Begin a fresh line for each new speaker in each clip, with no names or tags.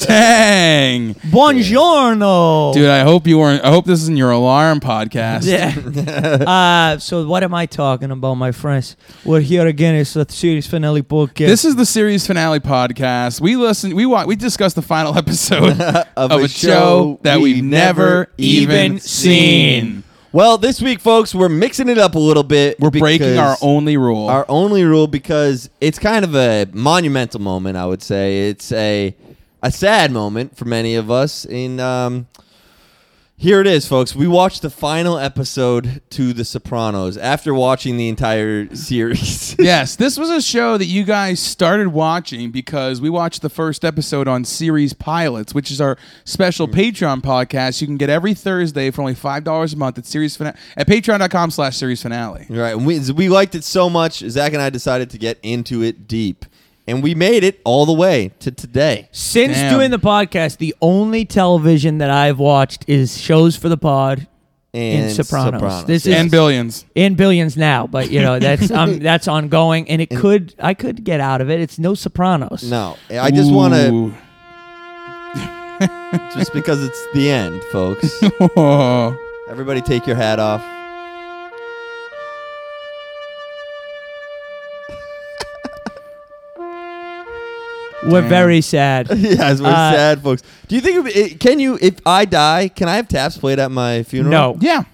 Buongiorno.
Dude, I hope you weren't. I hope this isn't your alarm podcast.
Yeah. uh, so what am I talking about, my friends? We're here again. It's the series finale podcast.
This is the series finale podcast. We listen. We watch. We discuss the final episode of, a, show that we've never even seen.
Well, this week, folks, we're mixing it up a little bit.
We're breaking our
because-
only rule.
our only rule because it's kind of a monumental moment. I would say it's a a sad moment for many of us. In um, here it is, folks. We watched the final episode to The Sopranos after watching the entire series.
yes, this was a show that you guys started watching because we watched the first episode on Series Pilots, which is our special Patreon podcast. You can get every Thursday for only five dollars a month at series fina- at patreon.com slash series finale.
Right. And we, we liked it so much, Zach and I decided to get into it deep. And we made it all the way to today.
Since
Damn.
doing the podcast, the only television that I've watched is shows for the pod
And
in Sopranos.
Sopranos,
This
yeah.
is
And billions.
in billions now, but you know that's um, that's ongoing, and it could I could get out of it. It's no Sopranos.
No, I just want to,
Ooh.
just because it's the end, folks.
Oh.
Everybody take your hat off.
we're
Damn.
very sad.
Yes, we're
Uh,
sad folks. Do you think it'd be- it, can you if I die, can I have taps played at my
no,
funeral?
Yeah.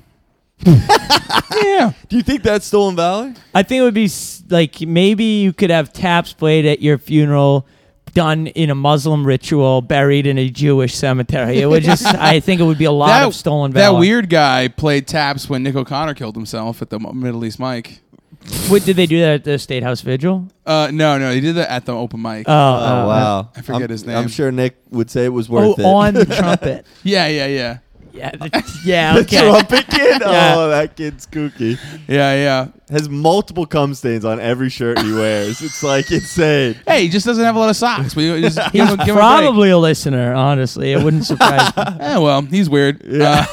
yeah.
Do you think that's stolen valor?
I think it would be s- like maybe you could have taps played at your funeral, done in a Muslim ritual, buried in a Jewish cemetery. It would just I think it would be a lot of stolen
that
valor.
weird guy played taps when Nick O'Connor killed himself at the Mo- Middle East mic.
What did they do that at the State House vigil?
Uh, no, no, he did that at the open mic.
Oh,
Oh,
oh,
wow.
I forget
I'm-
his name.
I'm sure Nick would say it was
oh,
worth it.
on the trumpet.
yeah, yeah, yeah,
Yeah, the, yeah,
the
okay.
trumpet kid?
Yeah.
Oh, that kid's kooky.
yeah, yeah.
Has multiple cum stains on every shirt he wears. it's like insane.
Hey, he just doesn't have a lot of socks. We just give
He's
him, give him a break.
probably a listener, honestly. It wouldn't surprise me.
Eh, well, he's weird. Uh,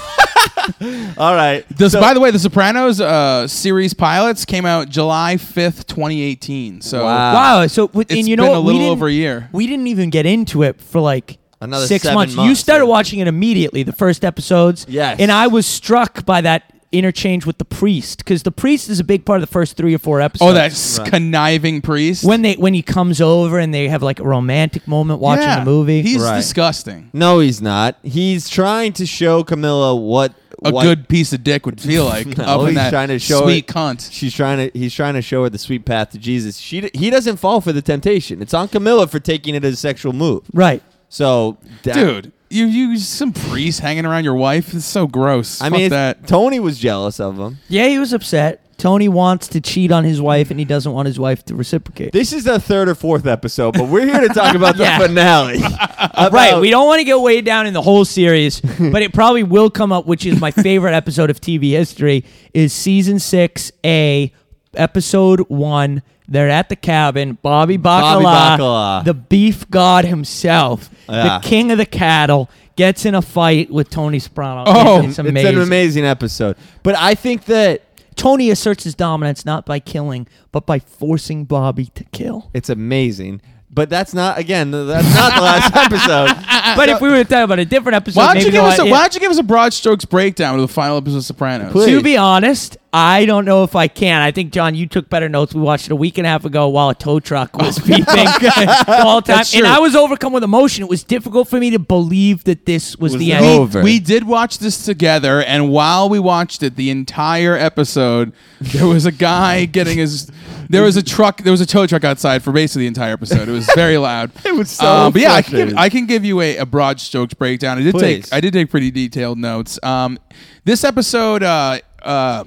All right.
this,
so-
by the way, The Sopranos uh, series pilots came out July fifth, twenty eighteen. So
Wow.
Wow. So, w-
it's
and you know
been
what?
a
we
little
didn't,
over a year.
we didn't even get into it for like
Another
six
seven
months. You
months,
started
yeah.
watching it immediately, the first episodes.
Yes.
And I was struck by that interchange with the priest because the priest is a big part of the first three or four episodes.
Oh, that s-
Right.
conniving priest.
When they when he comes over and they have like a romantic moment watching
Yeah.
the movie.
he's
Right.
disgusting.
no, he's not. He's trying to show Camilla what
A
what
good piece of dick would feel like
No,
up in
Oh, he's
that
trying to show
sweet
it-
cunt.
She's trying to. He's trying to show her the sweet path to Jesus. She. d- He doesn't fall for the temptation. It's on Camilla for taking it as a sexual move.
right.
So, that,
Dude, you you some priest hanging around your wife. It's so gross.
I
Fuck
mean, it's-
that.
Tony was jealous of him.
Yeah, he was upset. Tony wants to cheat on his wife and he doesn't want his wife to reciprocate.
This is the third or fourth episode, but we're here to talk about the
Yeah.
finale.
Uh,
Right, we don't want to get way down in the whole series, but it probably will come up, which is my favorite episode of TV history, is season six A, episode one. They're at the cabin. Bobby Bacala,
Bobby Bacala.
the beef god himself,
Yeah.
the king of the cattle, gets in a fight with Tony Soprano.
Oh,
it's,
It's
it's amazing.
an amazing episode, but I think that
Tony asserts his dominance not by killing, but by forcing Bobby to kill.
it's amazing. But that's not again. th- That's not the last episode.
But if we were to talk about a different episode,
Why don't
maybe
you give
we'll-
us a
yeah.
Why don't you give us a broad strokes breakdown of the final episode of Sopranos?
Please.
To be honest, I don't know if I can. I think John, you took better notes. We watched it a week and a half ago while a tow truck
Oh,
was beeping the whole time,
That's
and
true.
I was overcome with emotion. It was difficult for me to believe that this was,
Was
the
over.
end.
over.
We did watch this together, and while we watched it, the entire episode, there was a guy getting his. There was a truck. There was a tow truck outside for basically the entire episode. It was very loud. Um,
It was so
but yeah, I can give,
frustrating.
I can give you a, a broad strokes breakdown. I did
Please.
take. I did take pretty detailed notes. Um, this episode. Uh, uh,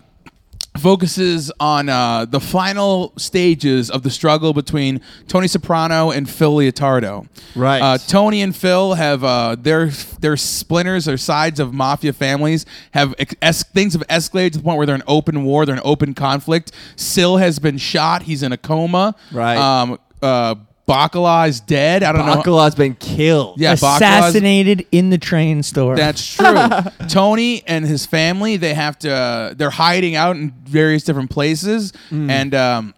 focuses on uh, the final stages of the struggle between Tony Soprano and Phil Leotardo.
Right.
Uh, Tony and Phil have uh, their their splinters or sides of mafia families have es- things have escalated to the point where they're in open war, they're in open conflict. Syl has been shot; he's in a coma.
Right.
Um. Uh. Bacala is dead. I don't know.
Bacala's been killed.
Yeah, Bacala's
assassinated in the train store.
that's true. Tony and his family, they have to, uh, they're hiding out in various different places. And um,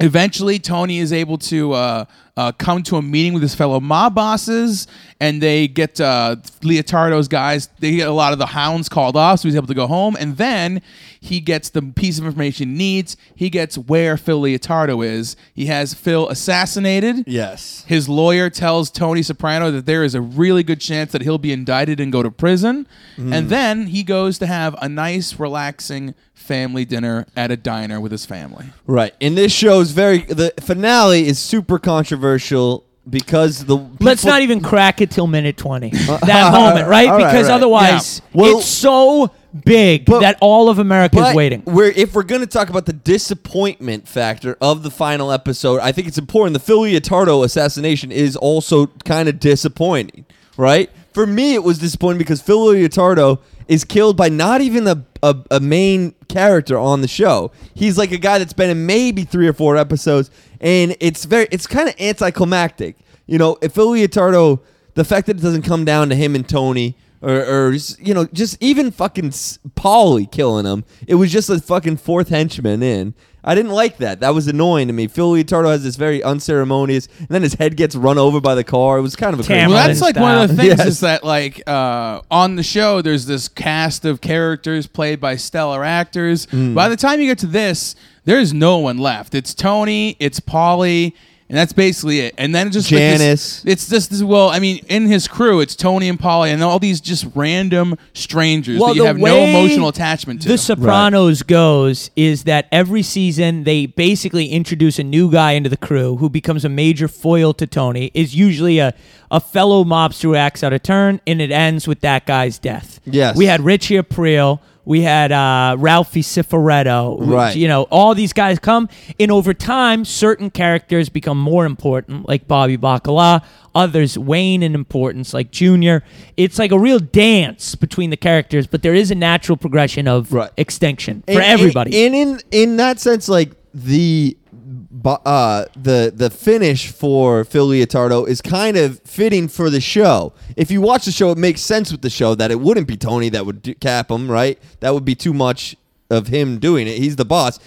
eventually, Tony is able to uh, uh, come to a meeting with his fellow mob bosses, and they get uh, Leotardo's guys. They get a lot of the hounds called off, so he's able to go home. And then he gets the piece of information he needs. He gets where Phil Leotardo is. He has Phil assassinated.
Yes.
His lawyer tells Tony Soprano that there is a really good chance that he'll be indicted and go to prison. And then he goes to have a nice, relaxing family dinner at a diner with his family.
Right. And this show is very the finale is super controversial because the
Let's
people-
not even crack it till minute 20. That moment, right?
all right,
because
right.
otherwise,
Yeah.
Well-
it's so big
But-
that all of America is
But
waiting.
We're if we're gonna talk about the disappointment factor of the final episode, I think it's important. The Phil Leotardo assassination is also kind of disappointing, right? For me, it was disappointing because Phil Leotardo is killed by not even a, a a main character on the show. He's like a guy that's been in maybe three or four episodes, and it's very it's kind of anticlimactic. You know, if Phil Leotardo, the fact that it doesn't come down to him and Tony or, or s- you know, just even fucking s- Pauly killing him. It was just a fucking fourth henchman in. I didn't like that. That was annoying to me. Phil Leotardo has this very unceremonious, and then his head gets run over by the car. It was kind of a
Tam-
crazy-
Well,
Hamilton
that's like one of the
style.
things
Yes.
is that like uh, on the show, there's this cast of characters played by stellar actors.
Mm.
By the time you get to this, there's no one left. It's Tony, it's Polly, and that's basically it. And then it just like, this-
Janice.
it's just this. Well, I mean, in his crew, it's Tony and Polly, and all these just random strangers
Well,
that you
the
have no
way
emotional attachment to.
The Sopranos goes is that every season they basically introduce a new guy into the crew who becomes a major foil to Tony, is usually a, a fellow mobster who acts out of turn, and it ends with that guy's death.
Yes.
We had Richie Aprile. We had uh, Ralphie Cifaretto.
Right.
You know, all these guys come, and over time, certain characters become more important, like Bobby Bacala. Others wane in importance, like Junior. It's like a real dance between the characters, but there is a natural progression of
Right.
extinction
And-
for
and-
everybody.
And in in that sense, like the bu- uh the the finish for Phil Leotardo is kind of fitting for the show. If you watch the show, it makes sense with the show that it wouldn't be Tony that would do, cap him, right? That would be too much of him doing it. He's the boss,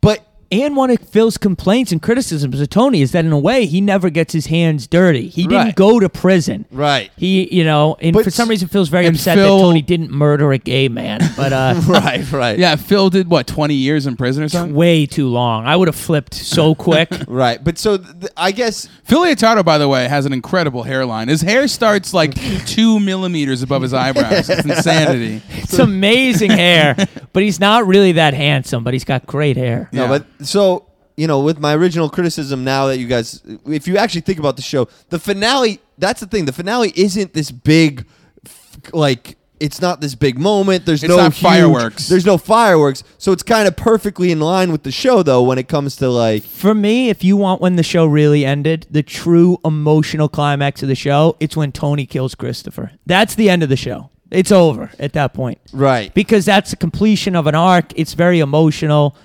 but.
And one of Phil's complaints and criticisms of Tony is that in a way he never gets his hands dirty. He didn't
Right.
go to prison.
Right.
He, you know, and
But
for some
s-
reason Phil's very
and
upset
Phil-
that Tony didn't murder a gay man. But uh,
Right, right.
yeah, Phil did what twenty years in prison or something.
way too long. I would have flipped so quick.
Right. But so th- th- I guess
Phil Leotardo, by the way, has an incredible hairline. His hair starts like two millimeters above his eyebrows. It's insanity.
it's amazing hair, but he's not really that handsome. But he's got great hair.
Yeah.
No, but so you know, with my original criticism, now that you guys, if you actually think about the show, the finale. That's the thing. The finale isn't this big, f- like it's not this big moment. There's
It's
no
not
huge-
fireworks.
There's no fireworks. So it's kind of perfectly in line with the show, though, when it comes to like.
For me, if you want when the show really ended, the true emotional climax of the show, it's when Tony kills Christopher. That's the end of the show. It's over at that point.
Right.
Because that's the completion of an arc. It's very emotional.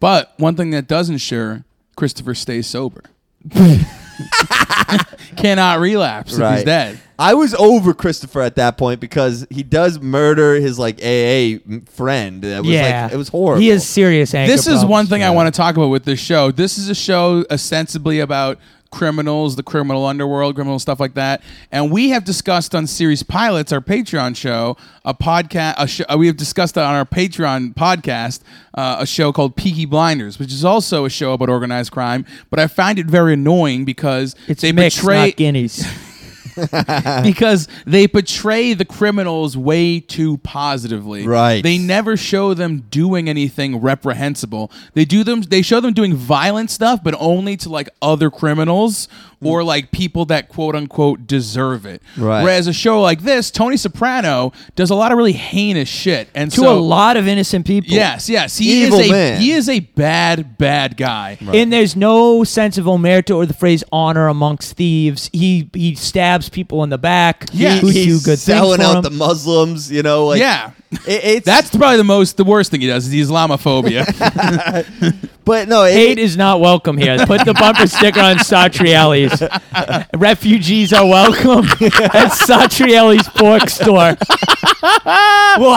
But one thing that does ensure Christopher stays sober. Cannot relapse if he's
Right.
dead.
I was over Christopher at that point because he does murder his like AA m- friend. That was
yeah.
like it was horrible.
He has serious anger.
This is
problems.
one thing I want to talk about with this show. This is a show ostensibly about criminals, the criminal underworld, criminal stuff like that. And we have discussed on Series Pilots, our Patreon show, a podcast. A sh- uh, we have discussed on our Patreon podcast uh, a show called Peaky Blinders, which is also a show about organized crime. But I find it very annoying because
It's
they
mixed,
portray
not guineas.
because they portray the criminals way too positively.
Right.
They never show them doing anything reprehensible. They do them they show them doing violent stuff, but only to like other criminals or like people that quote unquote deserve it.
Right.
Whereas a show like this, Tony Soprano does a lot of really heinous shit. And
to a
so
lot of innocent people.
Yes, yes. He
Evil
is a
man.
he is a bad, bad guy.
And there's no sense of omerta or the phrase honor amongst thieves. He he stabs people in the back.
Yeah.
who do
He's
good things
selling
for
out
him.
the Muslims, you know, like
yeah,
it- it's
that's probably the most the worst thing he does is the Islamophobia.
but no, it-
Hate is not welcome here. Put the bumper sticker on Satrielli's. Refugees are welcome at Satrielli's pork store. we'll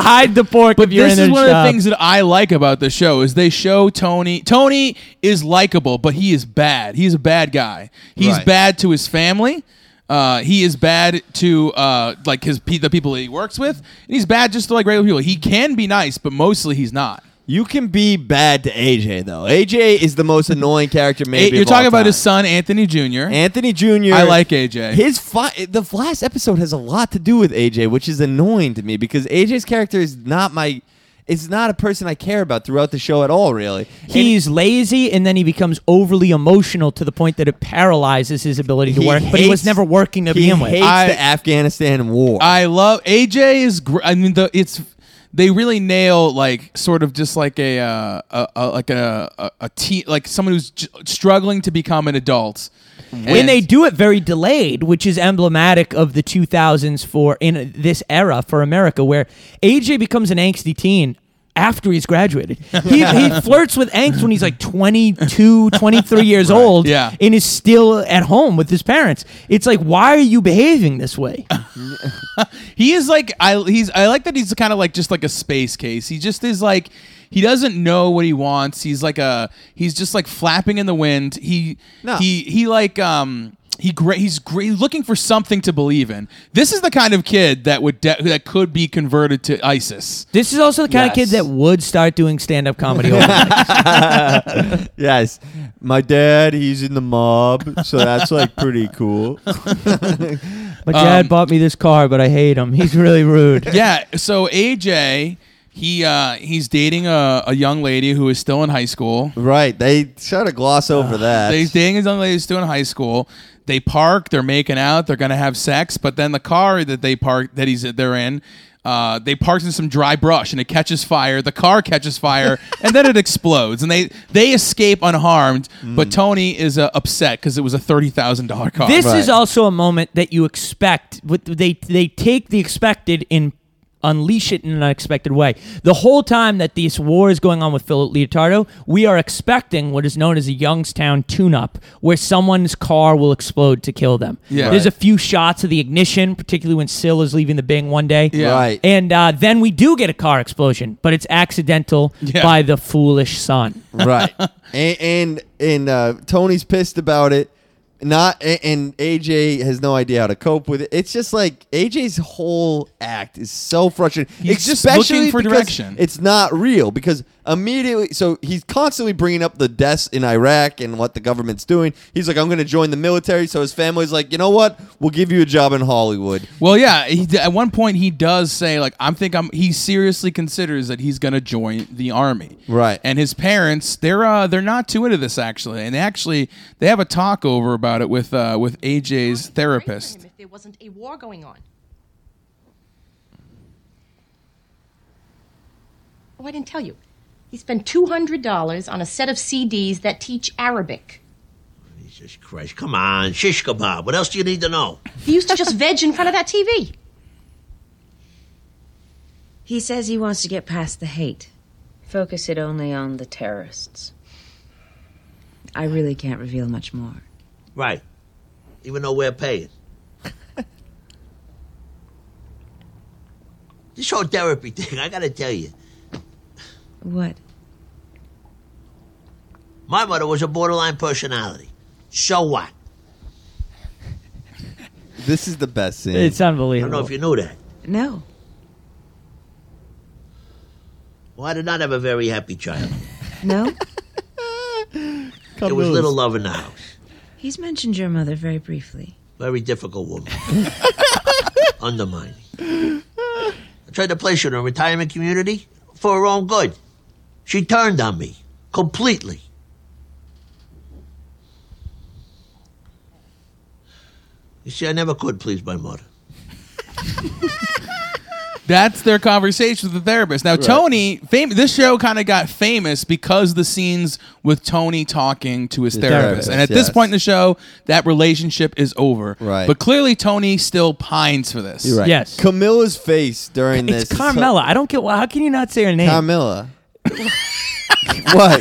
hide the pork if you're
this
in
is
their
one of
shop.
the things that I like about the show is they show Tony. Tony is likable, but he is bad. He's a bad guy. He's
Right.
bad to his family. Uh, he is bad to uh, like his pe- the people that he works with, and he's bad just to like regular people. He can be nice, but mostly he's not.
you can be bad to AJ though. AJ is the most annoying character maybe.
A- you're
of all
talking about
time.
his son Anthony Jr.
Anthony Jr.
I like AJ.
His fi- the last episode has a lot to do with AJ, which is annoying to me because AJ's character is not my it's not a person I care about throughout the show at all, really. And
He's lazy, and then he becomes overly emotional to the point that it paralyzes his ability to work. but he was
hates-
never working to
he
begin with.
hates
I-
the Afghanistan war.
I love AJ is. Gr- I mean, the it's they really nail like sort of just like a uh, a, a like a a, a teen like someone who's j- struggling to become an adult.
and they do it very delayed, which is emblematic of the 2000s for in this era for America, where AJ becomes an angsty teen after he's graduated. He, he flirts with angst when he's like 22, 23 years old,
yeah.
and is still at home with his parents. It's like, why are you behaving this way?
he is like I he's I like that he's kind of like just like a space case. He just is like he doesn't know what he wants. He's like a he's just like flapping in the wind. He
No.
he he like um he gra- he's gra- he's looking for something to believe in. This is the kind of kid that would de- that could be converted to ISIS.
This is also the kind of
Yes.
kid that would start doing stand up comedy. overnight.
yes. My dad, he's in the mob, so that's like pretty cool.
My dad
Um,
bought me this car, but I hate him. He's really rude.
yeah. So AJ, he uh, he's dating a, a young lady who is still in high school.
Right. They try to gloss over that.
He's dating a young lady who's still in high school. They park. They're making out. They're gonna have sex. But then the car that they park that he's they're in. Uh, they parked in some dry brush and it catches fire. The car catches fire and then it explodes. And they they escape unharmed. But Tony is uh, upset because it was a thirty thousand dollar car.
This
Right.
is also a moment that you expect. with- They they take the expected and unleash it in an unexpected way. The whole time that this war is going on with Phil Leotardo, we are expecting what is known as a Youngstown tune-up, where someone's car will explode to kill them.
Yeah.
There's a
Right.
few shots of the ignition, particularly when Sill is leaving the Bing one day.
Yeah.
Right.
And uh, then we do get a car explosion, but it's accidental
Yeah.
by the foolish son.
right and and, and uh, tony's pissed about it not a- and aj has no idea how to cope with it it's just like aj's whole act is so frustrating
He's just
especially
looking for
because
direction.
it's not real because immediately so he's constantly bringing up the deaths in iraq and what the government's doing he's like i'm going to join the military so his family's like you know what we'll give you a job in hollywood
Well, yeah. He, d- at one point, he does say, like, I'm think I'm. He seriously considers that he's gonna join the army.
Right.
And his parents, they're uh, they're not too into this actually, and they actually they have a talk over about it with uh, with AJ's
I'd be sorry for
therapist.
him If there wasn't a war going on. Oh, I didn't tell you. He spent two hundred dollars on a set of CDs that teach Arabic.
Jesus Christ, come on, shish kebab. What else do you need to know?
He used to just veg in front of that TV.
He says he wants to get past the hate, focus it only on the terrorists. I really can't reveal much more.
Right. Even though we're paying. this whole therapy thing, I gotta tell you,
What?
my mother was a borderline personality. So what?
this is the best scene
It's
I don't know
unbelievable.
if you knew that.
No.
Well, I did not have a very happy childhood.
No?
There was little love in the house.
He's mentioned your mother very briefly.
Very difficult woman. Undermining. I tried to place her in a retirement community for her own good. She turned on me completely. You see, I never could please my mother.
That's their conversation with the therapist. Now, Tony, fam- this show kind of got famous because the scenes with Tony talking to his therapist.
therapist,
And at this
yes.
point in the show, that relationship is over.
Right.
But clearly, Tony still pines for this.
You're right.
Yes.
Camilla's face during this.
It's
is so-
Carmela. I don't get why. How can you not say her name?
Carmilla. what?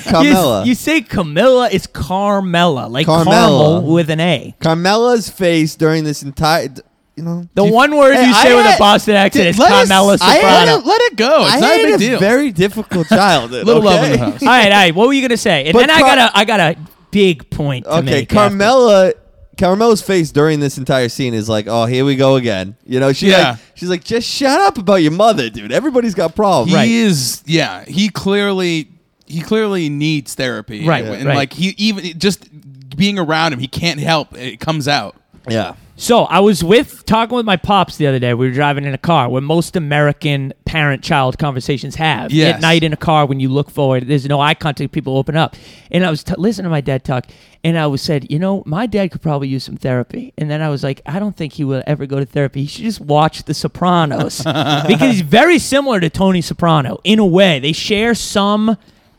You-
Carmilla.
You, say Camilla. It's Carmela, like
Carmela.
caramel with an A.
Carmella's face during this entire. You know.
The one word
Hey,
you
I
say with
had-
a Boston accent
Dude,
is
let us-
Carmela
I had
Soprano.
a-
Let it go. It's
I
not a
had
big deal.
very difficult childhood.
Little
okay?
love in the house.
all right, all right. What were you gonna say? And
But
then I
Car-
got a, I got a big point. To
okay,
make after.
Carmela. Carmela's face during this entire scene is like, oh, here we go again. You know, she
Yeah.
like, she's like, just shut up about your mother, dude. Everybody's got problems.
he
Right.
is yeah he clearly he clearly needs therapy
Right,
and,
right.
like he even just being around him he can't help it comes out
Yeah.
So I was with talking with my pops the other day. We were driving in a car where most American parent-child conversations have
Yes.
at night in a car when you look forward. There's no eye contact. People open up, and I was t- listening to my dad talk, and I was said, you know, my dad could probably use some therapy. And then I was like, I don't think he will ever go to therapy. He should just watch The Sopranos because he's very similar to Tony Soprano in a way. They share some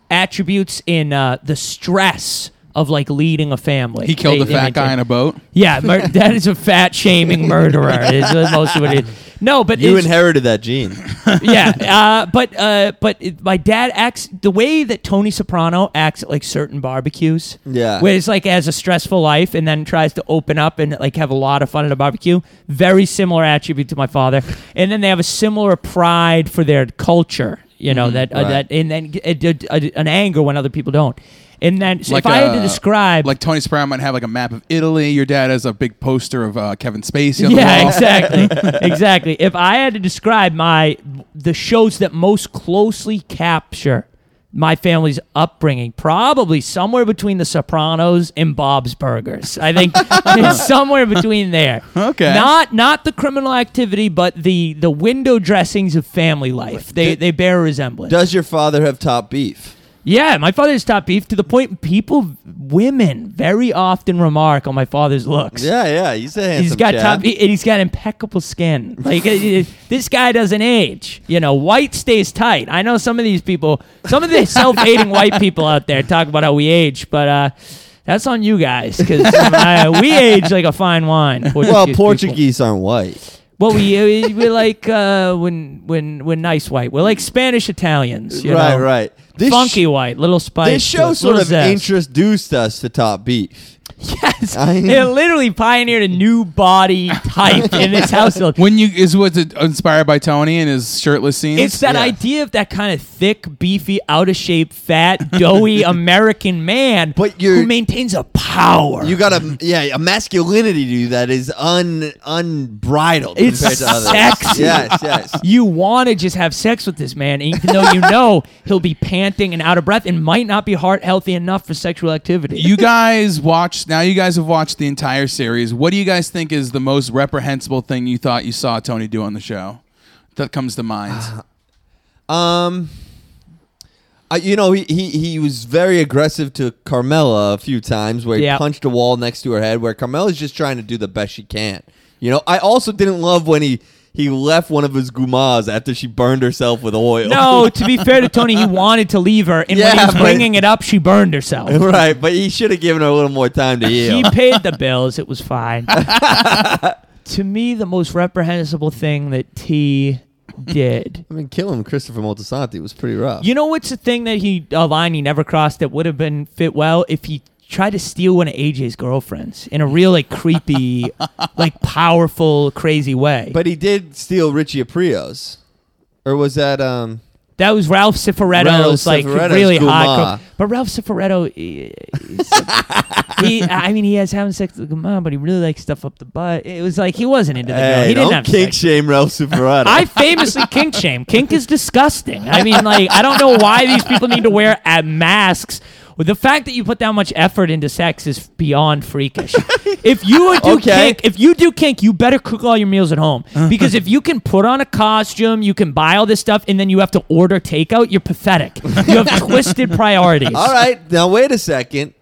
attributes in uh, the stress of like leading a family.
he killed
They-
the
they
fat guy
maintain-
in a boat
yeah, mur- that is a fat shaming murderer. is mostly what it is. No, but
You
it's-
inherited that gene.
yeah, uh, but uh, but it, my dad acts the way that Tony Soprano acts at like certain barbecues.
Yeah.
where it's like has a stressful life and then tries to open up and like have a lot of fun at a barbecue. Very similar attribute to my father, and then they have a similar pride for their culture. You know that uh,
right.
that and then uh, uh, an anger when other people don't. And then so
Like
if I had
a-
to describe
like tony Soprano might have like a map of italy your dad has a big poster of uh, kevin spacey on the
yeah,
wall.
exactly, exactly. If I had to describe my the shows that most closely capture my family's upbringing, probably somewhere between The Sopranos and Bob's Burgers. I think it's somewhere between there.
Okay.
not not the criminal activity, but the the window dressings of family life. They they bear a resemblance.
Does your father have top beef?
Yeah, my father's top beef to the point people, women, very often remark on my father's looks.
Yeah, yeah. He's a handsome
He's got
chap.
top, he- and he's got impeccable skin. Like uh, uh, this guy doesn't age. You know, white stays tight. I know some of these people, some of the self-hating white people out there talk about how we age, but uh, that's on you guys because we age like a fine wine.
Well,
people.
Portuguese aren't white.
Well, we we- we're like uh, when when when nice white. We're like Spanish Italians. You
right,
know?
right. This
Funky
sh-
white, little spice.
this show
little
sort of
zest.
introduced us to top beef.
Yes,
I-
it literally pioneered a new body type in this household.
when you is was it inspired by tony and his shirtless scenes
It's that
Yeah.
idea of that kind of thick, beefy, out of shape, fat, doughy American man,
But you're-
who maintains a power.
You got a yeah a masculinity to you that is un unbridled
It's
compared to others.
sexy.
Yes, yes.
you want to just have sex with this man, even though you know he'll be panting and out of breath and might not be heart healthy enough for sexual activity.
you guys watched now you guys have watched the entire series what do you guys think is the most reprehensible thing you thought you saw tony do on the show that comes to mind
Um, I, Uh, you know, he, he he was very aggressive to Carmela a few times where he
Yeah.
punched a wall next to her head. Where Carmela's just trying to do the best she can. You know, I also didn't love when he he left one of his gumas after she burned herself with oil.
no, to be fair to Tony, he wanted to leave her, and when he
Yeah,
was
but-
bringing it up, she burned herself.
right, but he should have given her a little more time to heal.
He paid the bills. It was fine. to me, the most reprehensible thing that T did.
I mean, killing Christopher Moltisanti was pretty rough.
You know what's the thing that he a line he never crossed that would have been fit well if he tried to steal one of AJ's girlfriends in a real like creepy, like powerful, crazy way.
but he did steal Richie Aprios, or was that um?
that was Ralph Cifaretto's
Ralph
like
Cifaretto's
really
Guma.
hot. co- But Ralph Cifaretto, eh, he's- he, I mean, he has having sex with Guma, but he really likes stuff up the butt. It was like he wasn't into the girl.
Hey,
He didn't have
don't kink
sex.
shame Ralph Superado.
I famously kink shame. Kink is disgusting. I mean, like, I don't know why these people need to wear uh, masks. The fact that you put that much effort into sex is beyond freakish. if you would do
Okay. Uh-huh.
kink, if you do kink, you better cook all your meals at home because if you can put on a costume, you can buy all this stuff, and then you have to order takeout, you're pathetic. You have twisted priorities.
All right, now wait a second.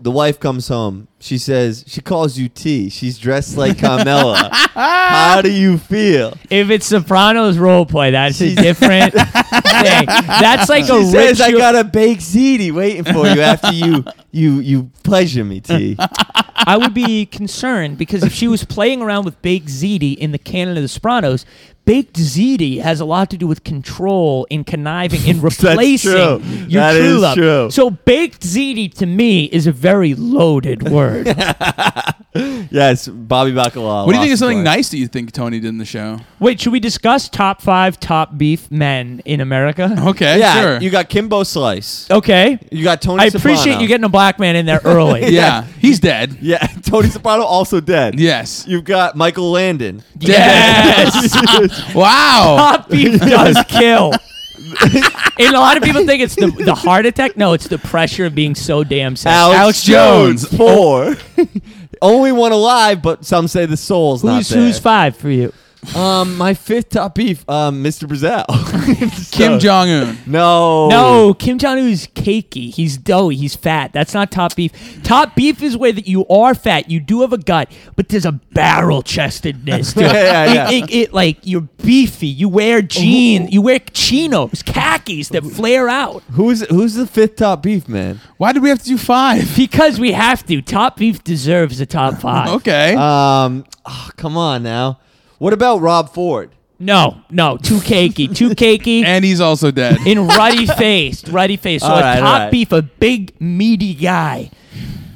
the wife comes home. She says she calls you T. She's dressed like Carmela. How do you feel?
If it's Sopranos roleplay, that's a different thing. That's like a
She says I
ritual.
got a baked ziti waiting for you after you you you pleasure me, T.
I would be concerned because if she was playing around with baked ziti in the canon of the Sopranos, baked ziti has a lot to do with control and conniving and replacing
true.
your
That
true
is
love.
true.
So baked ziti to me is a very loaded word.
Yes, Bobby Bacala.
What do you think is something nice that you think Tony did in the show?
Wait, should we discuss top five top beef men in America?
Okay,
Yeah,
sure.
you got Kimbo Slice.
Okay.
You got Tony.
I appreciate
Soprano.
you getting a black man in there early.
yeah, he's dead.
Yeah, Tony Soprano also dead.
Yes.
You've got Michael Landon.
Yes.
Wow.
Top beef does kill. and a lot of people think it's the, the heart attack. No, it's the pressure of being so damn sexy.
Alex Jones,
four.
Oh.
Only one alive, but some say the soul's not
Who's,
there.
who's five for you?
Um, my fifth top beef, um, Mr. Brazil.
Kim Jong Un.
No.
No, Kim Jong Un's cakey. He's doughy. He's fat. That's not top beef. Top beef is where that you are fat. You do have a gut, but there's a barrel chestedness to it.
Yeah, yeah,
It-
yeah.
It, it, like you're beefy. You wear jeans. You wear chinos, khakis that flare out
Who's who's the fifth top beef, man?
Why did we have to do five?
because we have to. Top beef deserves a top five.
Okay.
Um, ah, come on now. What about Rob Ford?
No, no, too cakey, too cakey.
and he's also dead.
in ruddy faced, ruddy faced. So
All
a
right, all
top
right.
beef, a big meaty guy.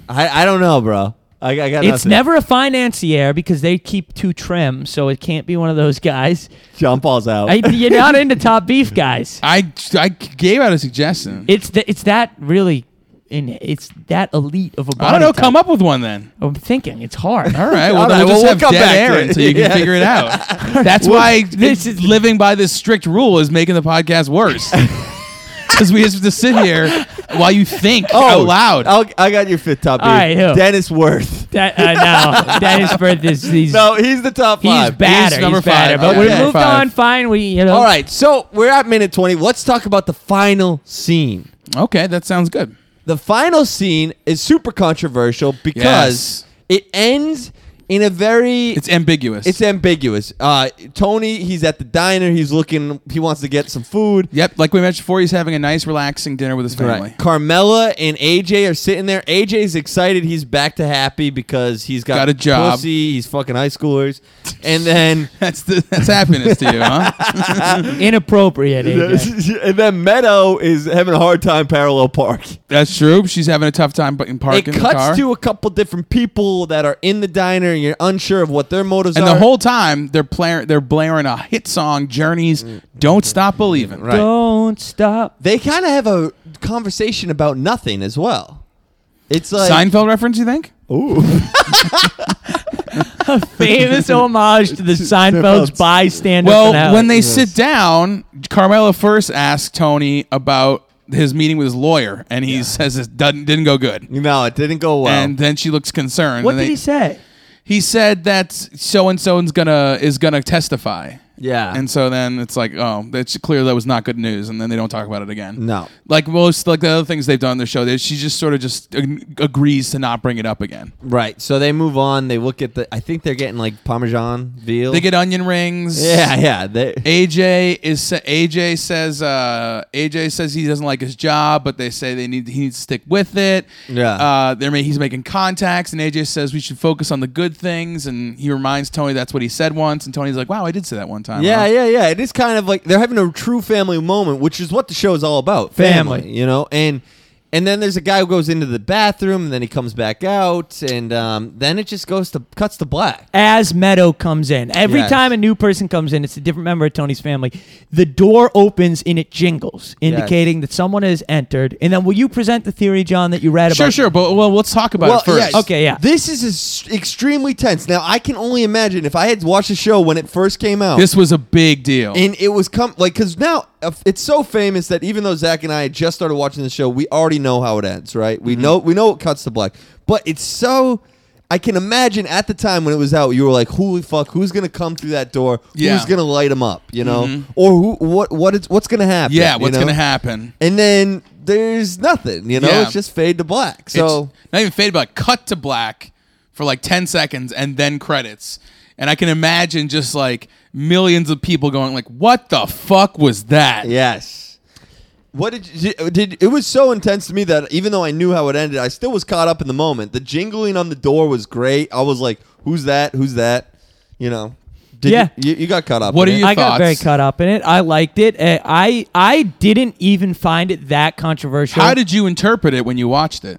I, I don't know, bro. I, I got
It's
nothing.
never a financier because they keep too trim, so it can't be one of those guys.
John Paul's out.
I, you're not into top beef guys.
I, I gave out a suggestion.
It's th- it's that really, in it's that elite of a body.
I don't know.
type.
Come up with one then.
I'm thinking it's hard.
All right. Well,
All
then
right,
we'll, just
well, we'll
have
come
dead
back
air
to it.
until you can
Yeah.
figure it out. That's why
this
this
is-
is living by this strict rule is making the podcast worse. Because we just have to sit here while you think
Oh.
out loud.
I'll, I got your fifth top beef.
All right, who?
Dennis Worth.
That, uh, no, Dennis Firth is he's
No, he's the top
he's
five.
badder. He's,
number
badder,
five.
but
Yeah,
we
number
moved
five.
on. Fine, we you know.
All right, so we're at minute 20. Let's talk about the final scene.
okay, that sounds good.
The final scene is super controversial
Yes.
because it ends in a very
It's ambiguous.
it's ambiguous. Uh, Tony, he's at the diner. He's looking. He wants to get some food.
yep, like we mentioned before, he's having a nice, relaxing dinner with his family.
Right. Carmela and AJ are sitting there. AJ's excited. He's back to happy because he's got,
Got a job.
Pussy. He's fucking high schoolers. And then
That's the, that's happiness to you, huh?
inappropriate. AJ.
and then Meadow is having a hard time parallel park.
That's true. She's having a tough time bu- in
It
parking the car.
cuts to a couple different people that are in the diner. and You're unsure of what their motives
and
are.
the whole time they're playing, they're blaring a hit song, "Journeys." Don't stop believing.
Mm. Right.
Don't stop.
they kind of have a conversation about nothing as well. It's like
Seinfeld reference, you think?
famous homage to the Seinfeld's bystander.
Well,
finale.
when they sit down, Carmelo first asks Tony about his meeting with his lawyer, and he says it doesn't, didn't go good.
no, it didn't go well.
And then she looks concerned.
what
and
did
they-
he say?
He said that so and so is gonna is gonna testify.
yeah,
And so then it's like, oh, that's clear that was not good news, and then they don't talk about it again.
No.
like most like the other things they've done on the show, they, she just sort of just ag- agrees to not bring it up again.
right. So they move on. They look at the. I think they're getting like Parmesan veal.
They get onion rings.
yeah, yeah. They,
AJ is sa- AJ says uh, AJ says he doesn't like his job, but they say they need he needs to stick with it.
Yeah.
uh, they're ma- he's making contacts, and AJ says we should focus on the good things, and he reminds Tony that's what he said once, and Tony's like, "Wow, I did say that one time."
yeah,
huh?"
yeah, yeah. It is kind of like they're having a true family moment, which is what the show is all about. Family,
Family.
you know, and. And then there's a guy who goes into the bathroom, and then he comes back out, and um, then it just goes to cuts to black.
As Meadow comes in, every
Yes.
time a new person comes in, it's a different member of Tony's family. The door opens and it jingles, indicating that someone has entered. And then, will you present the theory, John, that you read
Sure,
about?
sure, but well, let's talk about it first.
yeah. Okay, yeah.
This is ex- extremely tense. Now I can only imagine if I had watched the show when it first came out.
this was a big deal.
and it was come like because now uh, it's so famous that even though Zach and I had just
Mm-hmm.
started watching the show, we already know how it ends, right? We know we know it cuts to black, but it's so I can imagine at the time when it was out, you were like, "Holy fuck, who's gonna come through that door?
Yeah. Mm-hmm.
Who's gonna light them up? You know, or who? What? What is? What's gonna happen?
Yeah,
you
what's
know?
gonna happen?
And then there's nothing. You know,
Yeah.
it's just fade to black. So
It's not even fade, but cut to black for like ten seconds and then credits. And I can imagine just like millions of people going like, "What the fuck was that?"
yes. What did, you, did it was so intense to me that even though I knew how it ended, I still was caught up in the moment. The jingling on the door was great. I was like, "Who's that? Who's that?" You know. Did
Yeah.
You, you, you got caught up.
What are
in it.
your
I got
thoughts?
very caught up in it. I liked it. Uh, I I didn't even find it that controversial.
How did you interpret it when you watched it?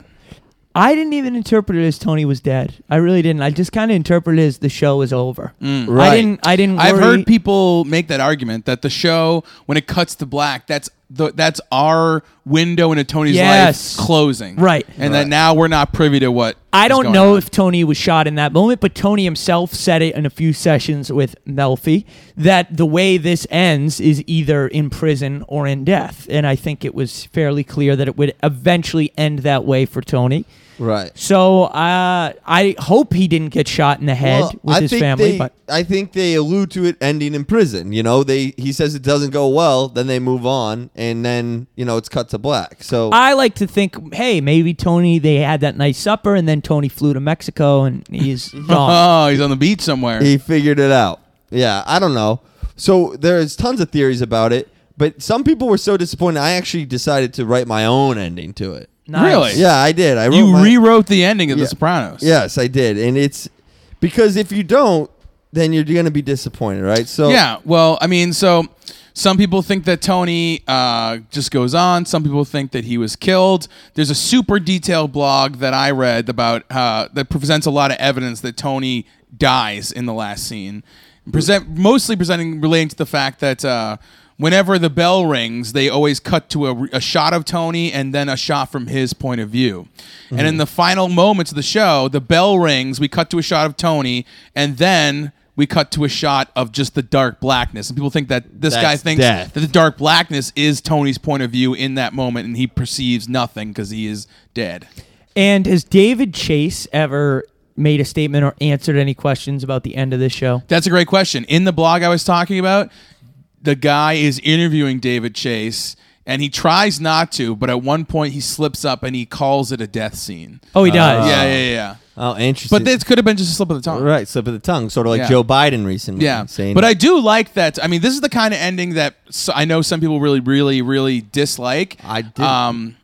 I didn't even interpret it as Tony was dead. I really didn't. I just kind of interpreted it as the show is over.
Right.
I didn't. I didn't.
Mm. I've
worry.
heard people make that argument that the show, when it cuts to black, that's the that's our window into Tony's
Yes.
life closing,
Right.
And that now we're not privy to what
I
is
don't
going
know
on.
if Tony was shot in that moment, but Tony himself said it in a few sessions with Melfi that the way this ends is either in prison or in death. And I think it was fairly clear that it would eventually end that way for Tony.
Right.
So uh, I hope he didn't get shot in the head
Well,
with his
think
family.
They,
but
I think they allude to it ending in prison. You know, they he says it doesn't go well, then they move on, and then you know it's cut to black. So
I like to think, hey, maybe Tony, they had that nice supper, and then Tony flew to Mexico and he's gone.
Oh, he's on the beach somewhere.
he figured it out. Yeah, I don't know. So there's tons of theories about it, but some people were so disappointed. I actually decided to write my own ending to it.
Nice.
Really?
Yeah, I did. I wrote
you
my-
rewrote the ending of The
Yeah.
Sopranos.
Yes, I did, and it's because if you don't, then you're gonna be disappointed, right? So
Yeah. Well, I mean, so some people think that Tony uh, just goes on. Some people think that he was killed. There's a super detailed blog that I read about uh, that presents a lot of evidence that Tony dies in the last scene. Present mostly presenting relating to the fact that. Uh, Whenever the bell rings, they always cut to a, a shot of Tony and then a shot from his point of view. And in the final moments of the show, the bell rings, we cut to a shot of Tony, and then we cut to a shot of just the dark blackness. And people think that this guy
That's
thinks
death.
that the dark blackness is Tony's point of view in that moment, and he perceives nothing because he is dead.
And has David Chase ever made a statement or answered any questions about the end of this show?
That's a great question. In the blog I was talking about, the guy is interviewing David Chase. And he tries not to, but at one point he slips up and he calls it a death scene.
Oh, he
Uh,
does.
Yeah, yeah, yeah.
oh, interesting.
But this could have been just a slip of the tongue.
right slip of the tongue, sort of like
Yeah.
Joe Biden recently.
Yeah.
saying
But I do like that. I mean, this is the kind of ending that s I I know some people really, really, really dislike.
I didn't.
Um,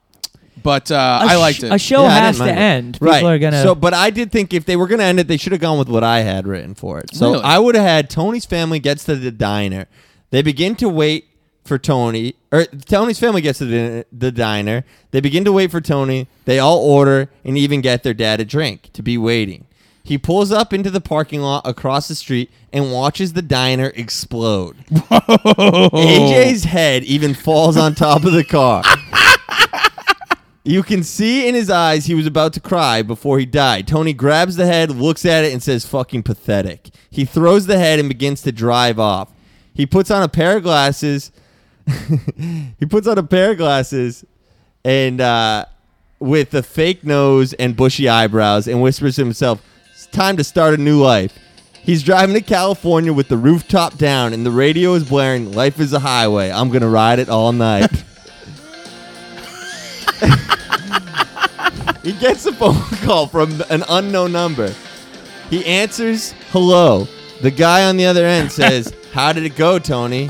but uh,
A
I liked
sh-
it.
A show
Yeah, I
has to
didn't mind it.
end. People
right.
are gonna.
So, but I did think if they were gonna end it, they should have gone with what I had written for it. So
Really?
I would have had Tony's family gets to the diner. They begin to wait for Tony, or Tony's family gets to the, the diner. They begin to wait for Tony. They all order and even get their dad a drink to be waiting. He pulls up into the parking lot across the street and watches the diner explode. AJ's head even falls on top of the car. You can see in his eyes he was about to cry before he died. Tony grabs the head, looks at it, and says, fucking pathetic. He throws the head and begins to drive off. He puts on a pair of glasses. he puts on a pair of glasses and uh, with a fake nose and bushy eyebrows and whispers to himself, It's time to start a new life. He's driving to California with the rooftop down and the radio is blaring, Life is a highway. I'm going to ride it all night. He gets a phone call from an unknown number. He answers, hello. The guy on the other end says, How did it go, Tony?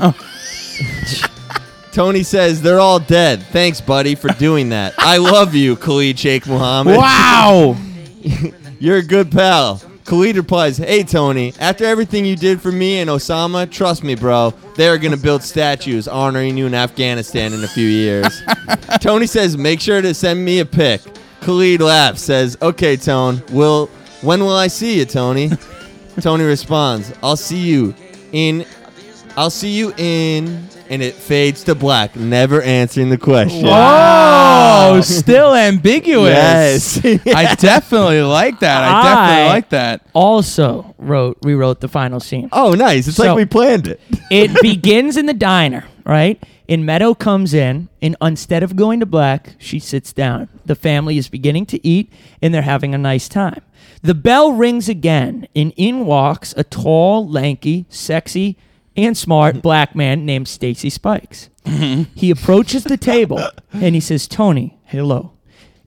Tony says, They're all dead. Thanks, buddy, for doing that. I love you, Khalid Sheikh Mohammed.
wow.
You're a good pal. Khalid replies, Hey, Tony, after everything you did for me and Osama, trust me, bro, they're going to build statues honoring you in Afghanistan in a few years. Tony says, Make sure to send me a pic. Khalid laughs, says, Okay, Tone, will, when will I see you, Tony? Tony responds, I'll see you in. I'll see you in, and it fades to black, never answering the question.
Oh, still ambiguous.
Yes.
I definitely like that. I definitely
I-
like that.
also wrote rewrote the final scene.
Oh, nice! It's
So-
like we planned it.
It begins in the diner. right? And Meadow comes in, and instead of going to black, she sits down. The family is beginning to eat, and they're having a nice time. The bell rings again, and in walks a tall, lanky, sexy, and smart black man named Stacy Spikes. he approaches the table and he says, "Tony, hello.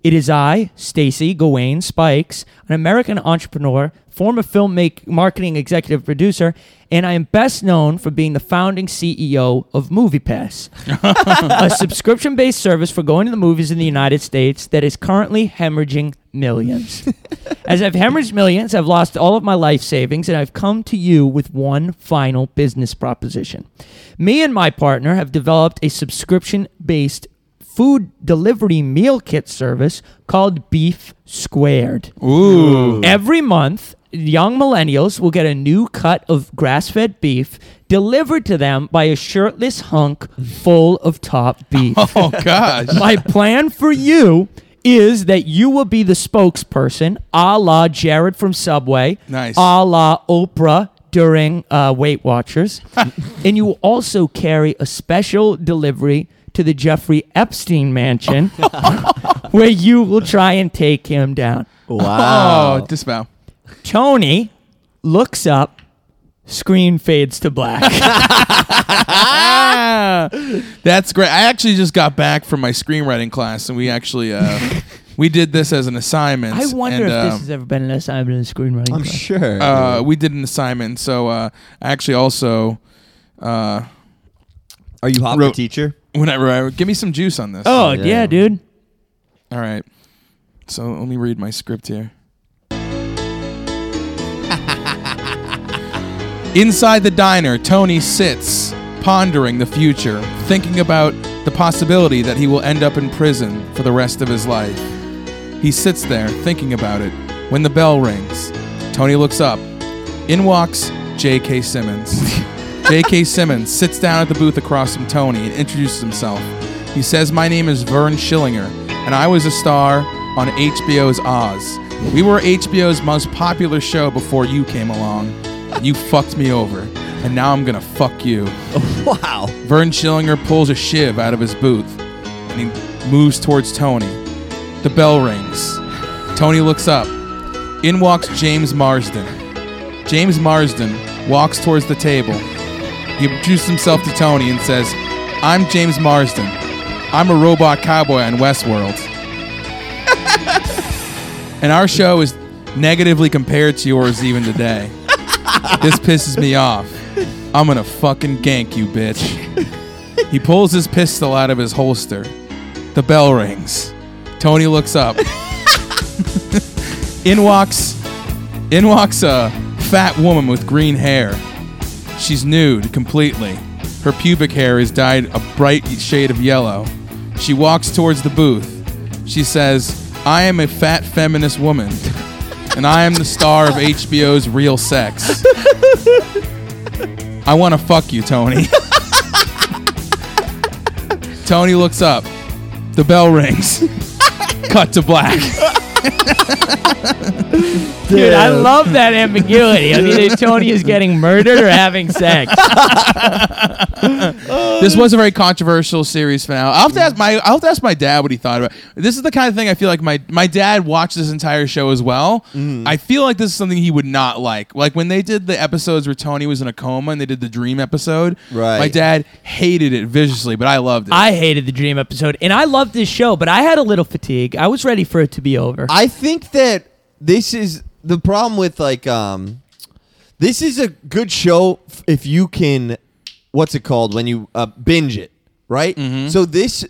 It is I, Stacy Gawain Spikes, an American entrepreneur, former film make, marketing executive producer, and I am best known for being the founding CEO of MoviePass, a subscription-based service for going to the movies in the United States that is currently hemorrhaging millions. As I've hemorrhaged millions, I've lost all of my life savings, and I've come to you with one final business proposition. Me and my partner have developed a subscription based food delivery meal kit service called Beef Squared. Every month, young millennials will get a new cut of grass fed beef delivered to them by a shirtless hunk full of top beef.
Oh gosh.
My plan for you is that you will be the spokesperson, a la Jared from Subway,
Nice.
a la Oprah during uh, Weight Watchers, and you will also carry a special delivery to the Jeffrey Epstein mansion, where you will try and take him down.
Wow.
Oh, disavow.
Tony looks up, screen fades to black.
Ah, that's great. I actually just got back from my screenwriting class, and we actually uh, we did this as an assignment.
I wonder
and,
if this
um,
has ever been an assignment in a screenwriting.
I'm
class.
sure.
uh, we did an assignment. So uh, I actually also uh,
Are you Hopper
wrote-
teacher?
whenever I give me some juice on this.
Oh
Yeah.
yeah, dude.
all right. So let me read my script here. Inside the diner, Tony sits, pondering the future, thinking about the possibility that he will end up in prison for the rest of his life. He sits there, thinking about it, when the bell rings. Tony looks up. In walks J.K. Simmons. J.K. Simmons sits down at the booth across from Tony and introduces himself. He says, My name is Vern Schillinger, and I was a star on HBO's Oz. We were HBO's most popular show before you came along. You fucked me over, and now I'm gonna fuck you.
Wow.
Vern Schillinger pulls a shiv out of his booth, and he moves towards Tony. The bell rings. Tony looks up. In walks James Marsden. James Marsden walks towards the table. He introduces himself to Tony and says, I'm James Marsden. I'm a robot cowboy on Westworld. and our show is negatively compared to yours even today. this pisses me off. I'm gonna fucking gank you, bitch. He pulls his pistol out of his holster. The bell rings. Tony looks up. in walks in walks a fat woman with green hair. She's nude completely. Her pubic hair is dyed a bright shade of yellow. She walks towards the booth. She says, "I am a fat feminist woman." And I am the star of HBO's Real Sex. I want to fuck you, Tony. Tony looks up. The bell rings. Cut to black.
Dude, I love that ambiguity. I mean, either Tony is getting murdered or having sex.
this was a very controversial series finale. I'll have to ask my I'll have to ask my dad what he thought about. it. This is the kind of thing I feel like my my dad watched this entire show as well. I feel like this is something he would not like. Like when they did the episodes where Tony was in a coma and they did the dream episode.
Right.
My dad hated it viciously, but I loved it.
I hated the dream episode, and I loved this show, but I had a little fatigue. I was ready for it to be over.
I think that this is the problem with like um this is a good show f- if you can what's it called when you uh, binge it, right? So this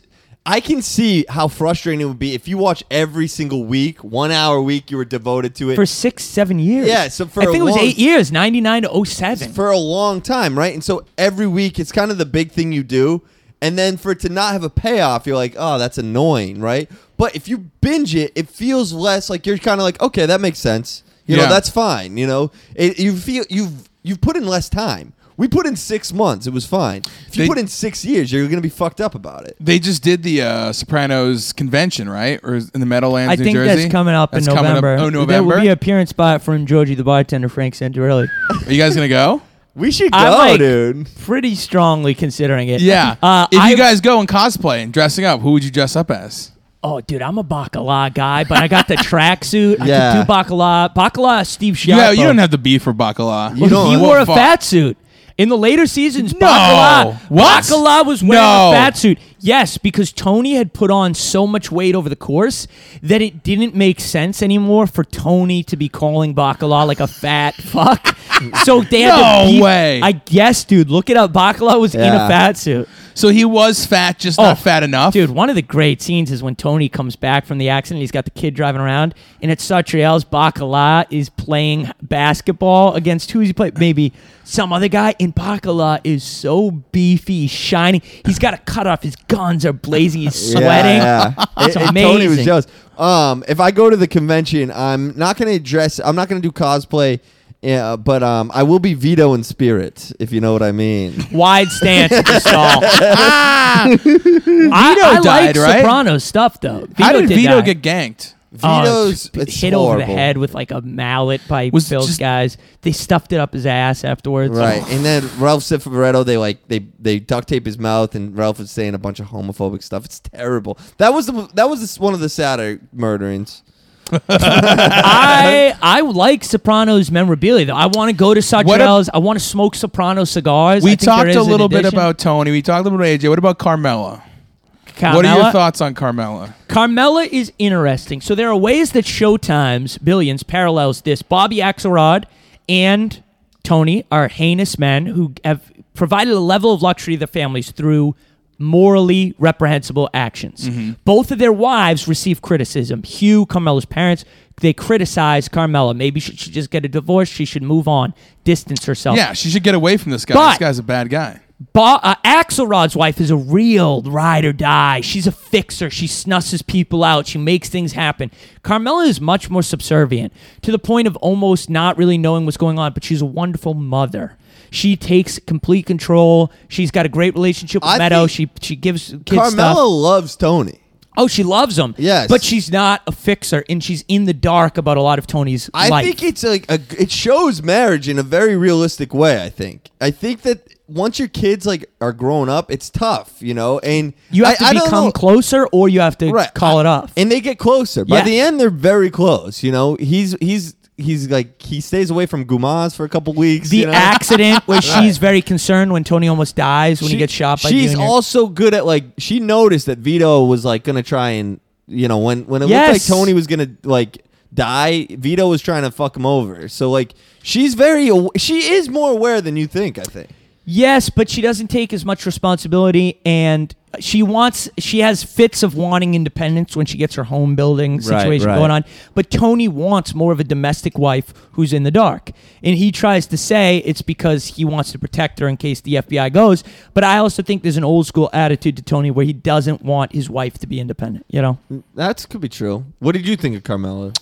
I can see how frustrating it would be if you watch every single week, one hour a week you were devoted to it.
for six, seven years.
Yeah, so for
I
a
think it was
long-
eight years, ninety nine to 07.
for a long time, right? And so every week it's kind of the big thing you do. And then for it to not have a payoff, you're like, oh, that's annoying, right? But if you binge it, it feels less like you're kind of like, okay, that makes sense. You
Yeah.
know, that's fine. You know, it, you feel you've you've put in less time. We put in six months. It was fine. If you
They-
put in six years, you're gonna be fucked up about it.
They just did the uh, Sopranos convention, right? Or is- in the Meadowlands,
I
New
think
Jersey.
that's coming up
That's
in
coming
November.
oh,
There will
November.
be an appearance spot from Georgie the bartender, Frank Santorelli.
Are you guys gonna go?
We should go,
I'm like
dude.
pretty strongly considering it.
Yeah.
Uh,
if
I,
you guys go and cosplay and dressing up, who would you dress up as?
oh, dude, I'm a bacala guy, but I got the tracksuit. I
Yeah.
could do bacala. Bacala is Steve Sharp.
Yeah, you don't have the beef for bacala.
You don't-
he
I
wore a
Fuck.
fat suit. In the later seasons, Bacala,
What?
Bacala was wearing
No.
a fat suit. Yes, because Tony had put on so much weight over the course that it didn't make sense anymore for Tony to be calling Bacala like a fat fuck. so they had
No
to beef-
way.
I guess, dude. Look it up. Bacala was in a
Yeah.
fat suit.
So he was fat, just not fat enough.
Oh, Dude, one of the great scenes is when Tony comes back from the accident. He's got the kid driving around, and it's Sartriel's Bacala is playing basketball against who is he playing? Maybe some other guy. And Bacala is so beefy, shiny. He's got a cut off. His guns are blazing. He's sweating.
Yeah, yeah.
It's
And- and Tony was
amazing.
jealous. Um, if I go to the convention, I'm not going to dress. I'm not going to do cosplay. Yeah, but um, I will be Vito in spirit, if you know what I mean.
Wide stance at the stall. Ah! I, I like
died, right?
Sopranos stuff, though. Vito
How did, Vito
die.
get ganked?
Oh,
Vito's
it's
it's
hit over the
horrible.
head with like a mallet by
Was
Bill's
just-
guys. They stuffed it up his ass afterwards.
Right, and then Ralph Cifaretto, they like they they duct tape his mouth, and Ralph is saying a bunch of homophobic stuff. It's terrible. That was the that was this- one of the sadder murderings.
I I like Sopranos memorabilia though. I want to go to Sartrell's. I want to smoke Soprano cigars. I
We
think there
talked
is
a
an
little bit
addition.
about Tony. We talked a little bit about AJ. What about Carmela?
Carmella.
What are your thoughts on Carmela?
Carmella is interesting. So there are ways that Showtime's Billions parallels this. Bobby Axelrod and Tony are heinous men who have provided a level of luxury to their families through morally reprehensible actions. Both of their wives receive criticism. Hugh, Carmella's parents, they criticize Carmella. Maybe she should just get a divorce. She should move on, distance herself.
Yeah, she should get away from this guy.
Oh. But-
this guy's a bad guy.
Ba- uh, Axelrod's wife is a real ride or die. She's a fixer. She snusses people out. She makes things happen. Carmela is much more subservient to the point of almost not really knowing what's going on, but she's a wonderful mother. She takes complete control. She's got a great relationship with
I
Meadow.
think
She she gives kids stuff.
Carmela loves Tony.
Oh, she loves him.
Yes.
But she's not a fixer and she's in the dark about a lot of Tony's
I
life.
think it's like a, it shows marriage in a very realistic way. I think. I think that once your kids like are grown up, it's tough, you know. And
you have
I- I
to
don't
become
know-
closer or you have to
Right.
call it off.
and they get closer. By
Yeah.
the end, they're very close. You know, he's he's he's like he stays away from Gumas for a couple weeks.
the
you know?
accident where she's very concerned when Tony almost dies when he
She-
gets shot by
She's
Junior.
also good at like she noticed that Vito was like gonna try and you know when when it looked
Yes.
like Tony was gonna like die, Vito was trying to fuck him over. So like she's very aw- she is more aware than you think. I think.
yes, but she doesn't take as much responsibility and she wants she has fits of wanting independence when she gets her home building
Right,
situation
right.
going on. But Tony wants more of a domestic wife who's in the dark. And he tries to say it's because he wants to protect her in case the FBI goes, but I also think there's an old school attitude to Tony where he doesn't want his wife to be independent, you know.
Mm. That could be true. What did you think of Carmela?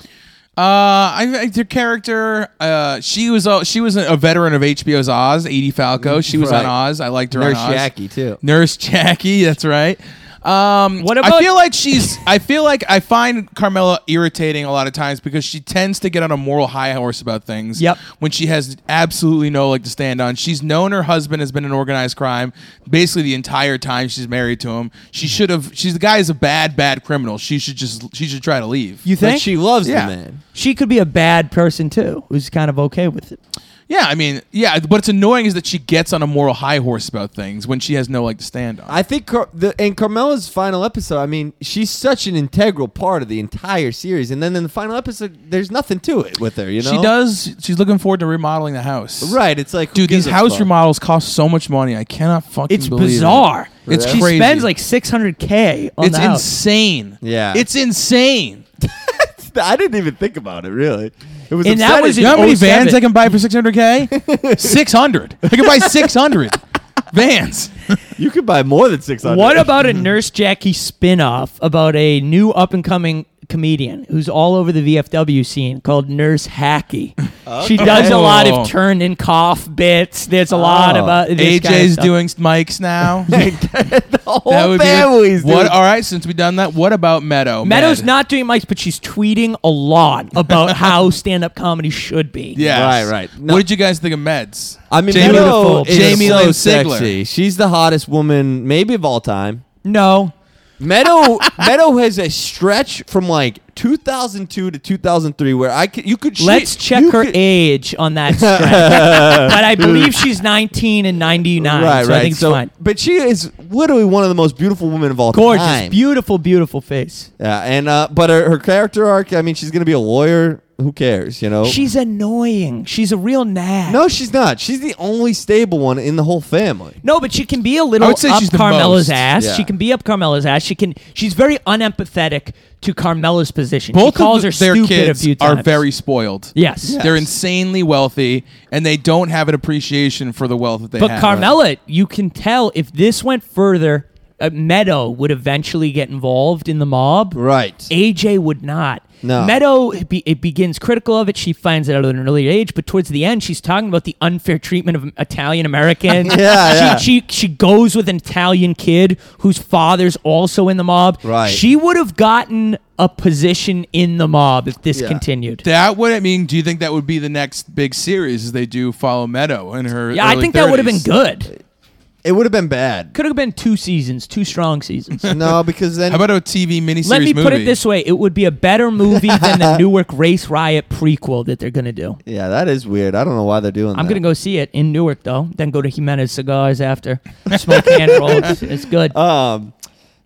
Uh, I liked her character. Uh, she was a, she was a veteran of HBO's Oz, Edie Falco. She was on
Right.
Oz. I liked her
Nurse
on Oz.
Jackie too.
Nurse Jackie, that's right. Um,
What
I
about-
feel like she's. I feel like I find Carmela irritating a lot of times because she tends to get on a moral high horse about things.
Yep.
When she has absolutely no like to stand on. She's known her husband has been in organized crime basically the entire time she's married to him. She should have. She's the guy is a bad, bad criminal. She should just. She should try to leave.
You
But
think
she loves
Yeah.
the man.
she could be a bad person too, who's kind of okay with it.
Yeah, I mean, yeah. What's annoying is that she gets on a moral high horse about things when she has no like to stand on.
I think Car- the in Carmela's final episode, I mean, she's such an integral part of the entire series, and then in the final episode, there's nothing to it with her. You know,
She does. She's looking forward to remodeling the house.
Right? It's like, who
Dude,
gives
these
a
house
fuck?
remodels cost so much money. I cannot fucking.
It's
believe it.
bizarre.
It's
she
crazy.
spends like 600k on
It's
the house.
insane.
Yeah.
it's insane.
I didn't even think about it. Really, it was.
And that
upsetting.
was
You know how many
07.
vans I can buy for six hundred k? Six hundred. I can buy six hundred vans.
you could buy more than six hundred.
What about a Nurse Jackie spin-off about a new up and coming comedian who's all over the VFW scene called Nurse Hacky. She does a lot
Oh.
of turn and cough bits. There's a lot
Oh.
about this kind of
AJ's
stuff.
doing mics now.
the whole
That would be-
families.
what?
dude.
All right, since we've done that, what about Meadow?
Meadow's
Med?
not doing mics, but she's tweeting a lot about how stand-up comedy should be.
Yes.
Right, right. No.
What did you guys think of Meds?
I mean,
Jamie
Meadow
Lynn-
is
Jamie
so
Lynn Sigler.
sexy. She's the hottest woman, maybe of all time.
No,
Meadow Meadow has a stretch from like 2002 to 2003 where I could you could she-
let's check
you
her
could-
age on that stretch. but I believe she's 19 and 99,
Right,
so
right.
I think it's
so,
fine.
but she is literally one of the most beautiful women of all
Gorgeous,
time.
beautiful, beautiful face.
Yeah, and uh, but her, her character arc. I mean, she's gonna be a lawyer. Who cares? You
Oh.
know.
She's annoying. She's a real nag.
no, she's not. She's the only stable one in the whole family.
No, but she can be a little
I would say
up
she's the
Carmela's
most.
ass.
Yeah.
She can be up Carmela's ass. She can. She's very unempathetic to Carmela's position.
Both
she calls
of
her
their
stupid
kids
a few
are
times.
very spoiled.
Yes.
They're insanely wealthy, and they don't have an appreciation for the wealth that they
But
have.
Carmela, you can tell if this went further, uh, Meadow would eventually get involved in the mob.
Right.
AJ would not.
No.
Meadow it, be, it begins critical of it. She finds it out at an early age, but towards the end, she's talking about the unfair treatment of Italian Americans.
Yeah,
she,
yeah.
She she goes with an Italian kid whose father's also in the mob.
Right.
She would have gotten a position in the mob if this
Yeah.
continued.
That would I mean? Do you think that would be the next big series? Is they do follow Meadow and her?
yeah, I
early
think that would have been
30s?
good.
It would have been bad.
Could have been two seasons, two strong seasons.
no, because then
How about a TV miniseries?
Let me put
movie?
it this way: it would be a better movie than the Newark Race Riot prequel that they're gonna do.
yeah, that is weird. I don't know why they're doing.
I'm
that.
gonna go see it in Newark though, then go to Jimenez Cigars after, smoke hand rolls. It's good.
Um,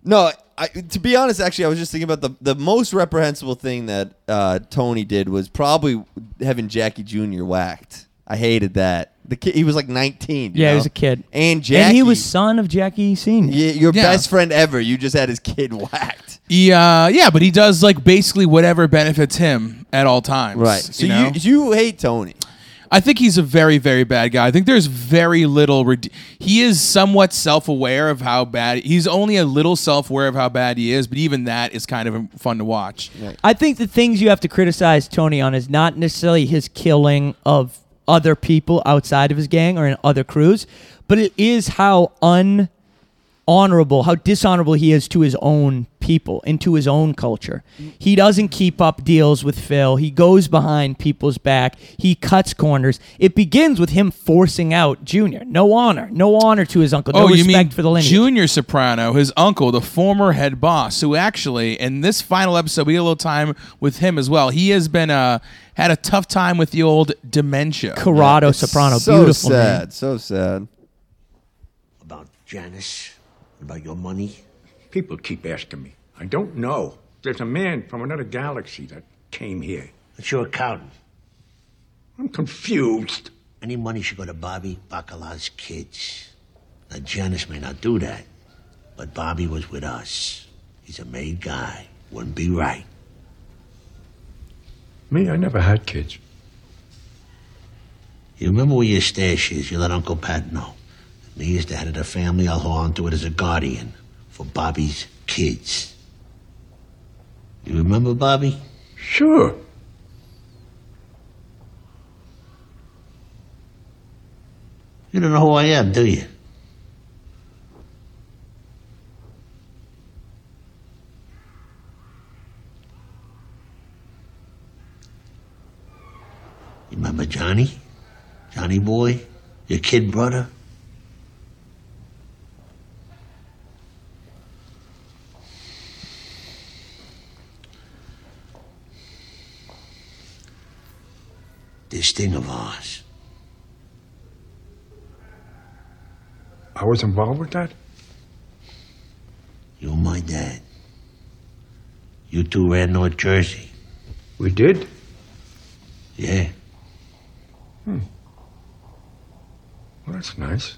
no, I, to be honest, actually, I was just thinking about the the most reprehensible thing that uh, Tony did was probably having Jackie Jr. whacked. I hated that. The kid, he was like 19. you
yeah, he
know?
was a kid,
and Jackie,
and he was son of Jackie Senior.
y- your
Yeah.
best friend ever. You just had his kid whacked.
Yeah, yeah, but he does like basically whatever benefits him at all times.
So
You, know?
you you hate Tony.
I think he's a very very bad guy. I think there's very little. Rede- he is somewhat self aware of how bad. He's only a little self aware of how bad he is, but even that is kind of fun to watch.
I think the things you have to criticize Tony on is not necessarily his killing of other people outside of his gang or in other crews, but it is how un honorable, how dishonorable he is to his own people and to his own culture. He doesn't keep up deals with Phil. He goes behind people's back. He cuts corners. It begins with him forcing out Junior. No honor. No honor to his uncle. No
oh, you
respect
mean
for the lineage.
Junior Soprano, his uncle, the former head boss, who actually in this final episode we had a little time with him as well. He has been uh had a tough time with the old dementia.
Corrado Soprano.
so
beautiful name.
sad. So sad.
About Janice, about your money.
People keep asking me. I don't know. There's a man from another galaxy that came here.
It's your accountant.
I'm confused.
Any money should go to Bobby Bacala's kids. Now, Janice may not do that, but Bobby was with us. He's a made guy. Wouldn't be right.
Me, I never had kids.
You remember where your stash is? You let Uncle Pat know. And me, as the head of the family, I'll hold on to it as a guardian for Bobby's kids. You remember Bobby?
Sure.
You don't know who I am, do you? You Remember Johnny? Johnny boy? Your kid brother? This thing of ours.
I was involved with that?
You're my dad. You two ran North Jersey.
We did?
Yeah.
Well, that's nice.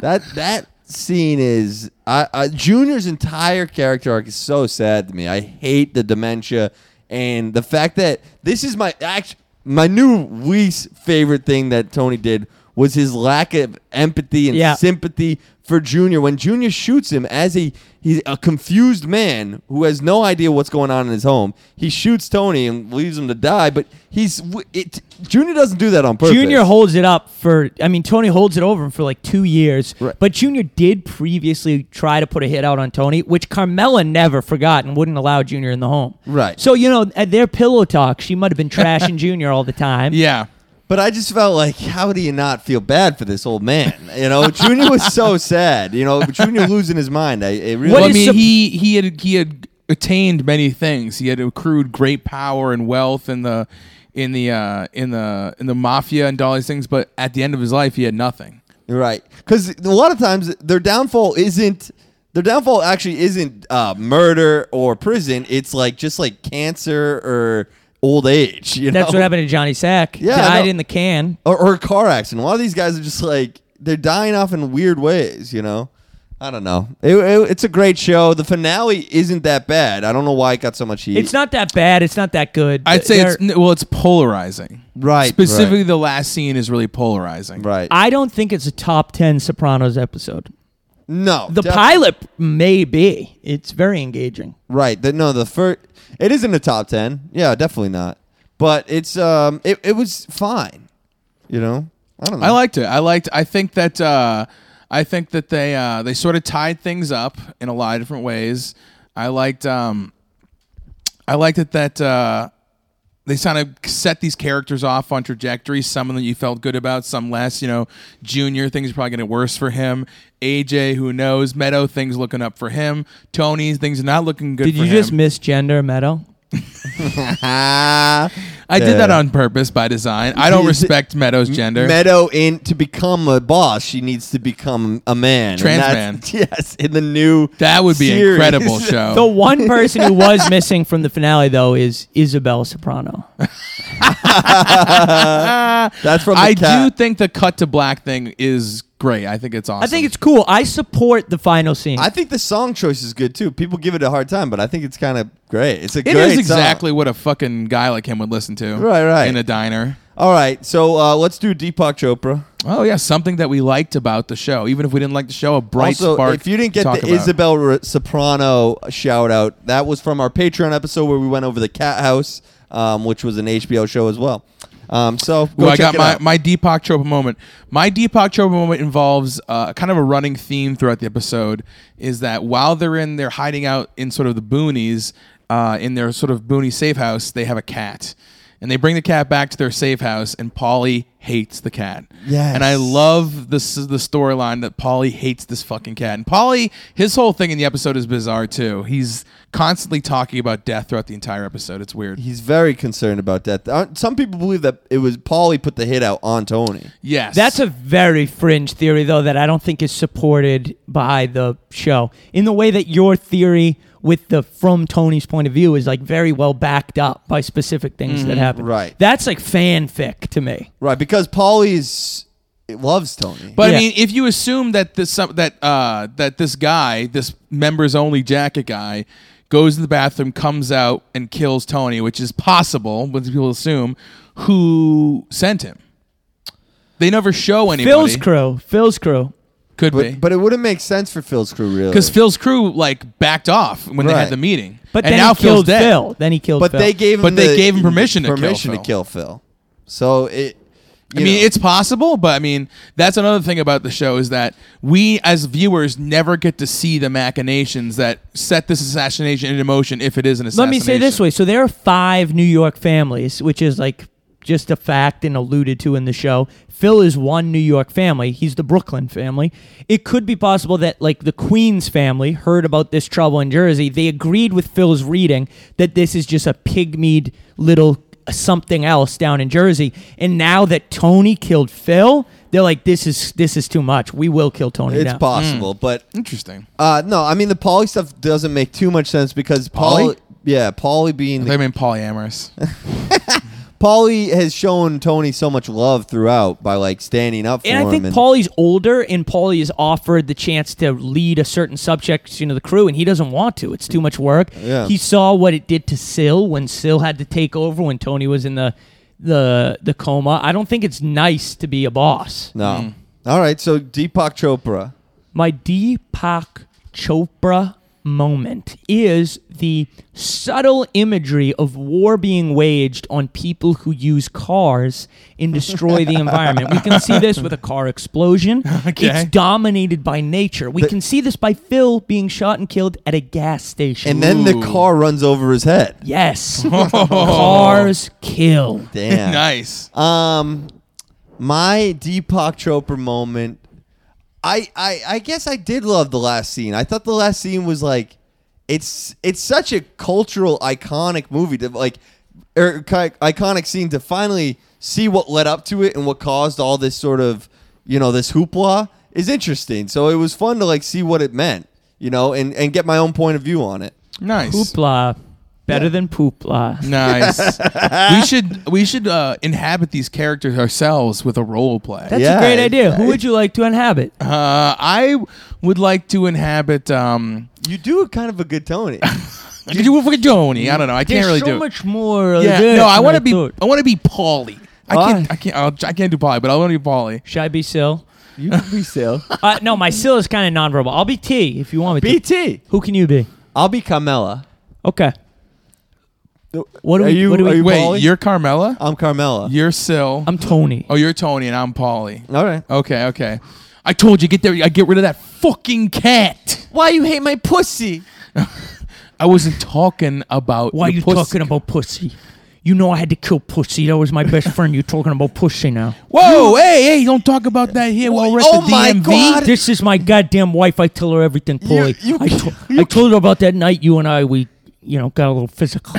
That that scene is I, I, Junior's entire character arc is so sad to me. I hate the dementia and the fact that this is my act my new least favorite thing that Tony did was his lack of empathy and
Yeah.
sympathy for Junior. When Junior shoots him as a he's a confused man who has no idea what's going on in his home, he shoots Tony and leaves him to die. But he's w- it. Junior doesn't do that on purpose.
Junior holds it up for. I mean, Tony holds it over him for like two years.
Right.
But Junior did previously try to put a hit out on Tony, which Carmella never forgot and wouldn't allow Junior in the home.
Right.
So you know, at their pillow talk, she might have been trashing Junior all the time.
Yeah.
But I just felt like, how do you not feel bad for this old man? You know, Junior was so sad. You know, Junior losing his mind. I it really
What
well, I
is
mean,
sup-
he he had he had attained many things. He had accrued great power and wealth in the in the uh, in the in the mafia and all these things. But at the end of his life, he had nothing.
Right. Because a lot of times their downfall isn't their downfall actually isn't uh, murder or prison. It's like just like cancer or old age. You
That's
know?
what happened to Johnny Sack.
Yeah, I
Died
know.
in the can.
Or, or a car accident. A lot of these guys are just like they're dying off in weird ways. You know. I don't know. It, it- it's a great show. The finale isn't that bad. I don't know why it got so much heat.
It's not that bad. It's not that good.
I'd say
They're-
it's n- well, it's polarizing.
Right,
Specifically,
right.
the last scene is really polarizing.
right.
I don't think it's a top ten Sopranos episode.
no.
The
definitely-
pilot may be. It's very engaging.
Right. The, no, the first. It isn't a top ten. Yeah, definitely not. But it's um, it, it was fine. You know, I don't know.
I liked it. I liked. I think that. Uh, I think that they uh, they sort of tied things up in a lot of different ways. I liked. Um, I liked it that uh, they kind of set these characters off on trajectories. Some of them you felt good about, some less. You know, Junior things are probably getting worse for him. AJ, who knows? Meadow things looking up for him. Tony things are not looking good.
Did
for
you just
him.
misgender Meadow?
Ah,
I
Yeah.
did that on purpose by design. I don't
Is it-
respect Meadow's gender.
Meadow in to become a boss, she needs to become a man. And
Trans
that's- Yes, in the new
that would be
series.
an incredible show.
The one person who was missing from the finale, though, is Isabel Soprano.
That's from the
I
cat.
do think the cut to black thing is great. I think it's awesome.
I think it's cool. I support the final scene.
I think the song choice is good too. People give it a hard time, but I think it's kind of great. It's a
it
great
is
song.
exactly what a fucking guy like him would listen to.
Right, right.
In a diner.
All right, so uh, let's do Deepak Chopra.
Oh yeah, something that we liked about the show, even if we didn't like the show, a bright
also,
spark.
if you didn't
to
get the
talk about.
Isabel R- Soprano shout out, that was from our Patreon episode where we went over the Cat House, um, which was an HBO show as well. Um, so go
Ooh, I got
check it
my,
out.
my Deepak Chopra moment. My Deepak Chopra moment involves uh, kind of a running theme throughout the episode is that while they're in they're hiding out in sort of the boonies, uh, in their sort of boonie safe house, they have a cat. And they bring the cat back to their safe house, and Polly hates the cat.
Yes.
And I love this the storyline that Polly hates this fucking cat. And Polly, his whole thing in the episode is bizarre too. He's constantly talking about death throughout the entire episode. It's weird.
He's very concerned about that. Uh, Some people believe that it was Paulie put the hit out on Tony.
Yes.
That's a very fringe theory, though, that I don't think is supported by the show. In the way that your theory with the from Tony's point of view is like very well backed up by specific things that happen.
right.
That's like fanfic to me.
Right, because Paulie's loves Tony.
But
Yeah.
I mean, if you assume that this some, that uh, that this guy, this members only jacket guy, goes to the bathroom, comes out, and kills Tony, which is possible, but people assume who sent him. They never show anybody.
Phil's crew. Phil's crew.
could be,
but, but it wouldn't make sense for Phil's crew, really.
because Phil's crew like backed off when they
Right.
had the meeting,
But
and
then
now
he killed
Phil's dead.
Phil. Then he killed
but
Phil.
they gave him
But they
the- e-,
gave him permission to kill
permission
Phil.
to kill Phil. So it.
I mean, it's possible, but I mean, that's another thing about the show is that we, as viewers, never get to see the machinations that set this assassination into motion if it is an
Let
assassination.
me say this way. So there are five New York families, which is like just a fact and alluded to in the show. Phil is one New York family. He's the Brooklyn family. It could be possible that like the Queens family heard about this trouble in Jersey. They agreed with Phil's reading that this is just a pygmied little something else down in Jersey. And now that Tony killed Phil, they're like, this is this is too much. We will kill Tony.
It's
now.
possible,
Mm.
but
Interesting.
Uh, no, I mean the Polly stuff doesn't make too much sense because Polly,
Pauly?
yeah, Polly being
They
the,
mean polyamorous.
Polly has shown Tony so much love throughout by like standing up for
and
him.
I think Paulie's older, and Paulie is offered the chance to lead a certain subject, you know, the crew, and he doesn't want to. It's too much work.
Yeah.
He saw what it did to Sill when Sill had to take over when Tony was in the the the coma. I don't think it's nice to be a boss.
No.
Hmm.
All right. So Deepak Chopra.
My Deepak Chopra moment is the subtle imagery of war being waged on people who use cars and destroy the environment. We can see this with a car explosion.
Okay.
It's dominated by nature. We can see this by Phil being shot and killed at a gas station.
And then the car runs over his head.
yes, cars kill.
Damn.
nice.
Um, my Deepak Chopra moment. I, I I guess I did love the last scene. I thought the last scene was like, it's it's such a cultural iconic movie to like, er, ki- iconic scene to finally see what led up to it and what caused all this sort of you know this hoopla is interesting. So it was fun to like see what it meant, you know, and and get my own point of view on it.
nice.
Hoopla, better than poopla.
Nice. we should we should uh, inhabit these characters ourselves with a role play.
That's
Yeah,
a great
it-
idea. Who would you like to inhabit?
Uh, I would like to inhabit. Um,
You do kind of a good Tony.
could you with Tony? I don't know. I can't really
so
do. it.
much more.
yeah. No, I want to be.
Thought.
I want to be Paulie. I
Why?
can't. I can't. I'll, I can't do Paulie, but I want to be Paulie.
Should I be Sil?
you can be Sale.
Uh, no, my Sil is kind of nonverbal. I'll be T if you want me to.
BT.
Who can you be?
I'll be Carmela.
Okay. What do
Are
we?
you-
what do we?
are you-
Wait,
Pauly?
you're Carmela.
I'm Carmela.
You're Sil.
I'm Tony.
oh, you're Tony, and I'm Paulie.
All right.
Okay. Okay. I told you get there. I get rid of that fucking cat.
Why you hate my pussy?
I wasn't talking about.
Why are
your
you
pussy.
talking about pussy? You know I had to kill pussy. That was my best friend. You talking about pussy now?
Whoa! Hey, hey! Don't talk about that here while we're at
Oh
the
my
DMV.
God.
This is my goddamn wife. I tell her everything, Polly.
you-
I, to-
you-
I told her about that night you and I we, you know, got a little physical.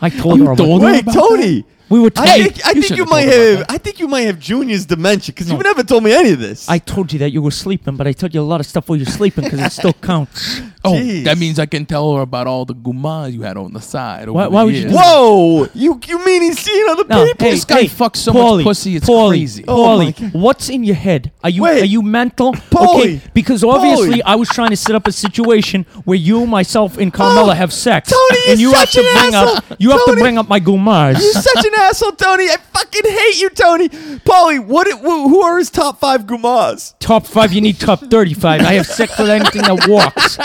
I told her.
told
About
her?
it.
Wait,
about
Tony.
We were.
I
Hey,
think, I
you
think
shouldn't
you
have
might
told about
have. I think you might have Junior's dementia because you never told me any of this.
I told you that you were sleeping, but I told you a lot of stuff while you're sleeping because it still counts.
Oh,
Jeez.
that means I can tell her about all the gumas you had on the side. over
Why-
the
why would you
years.
do that?
Whoa! You you mean he's seeing other
No,
people?
hey,
This guy
hey,
fucks so
Paulie,
much pussy, it's
Paulie,
crazy.
Oh my
Paulie, what's in your head? Are you
Wait.
are you mental?
Paulie,
okay, because obviously
Paulie.
I was trying to set up a situation where you, myself, and Carmela
Oh,
have sex,
Tony,
and
you're
you have
such
to
an
bring up
asshole.
you have
Tony.
to bring up my
You're
gumars.
such an asshole, Tony. I fucking hate you, Tony. Paulie, what? Who, who are his top five gumas?
top five, you need top thirty-five. I have sex with anything that walks.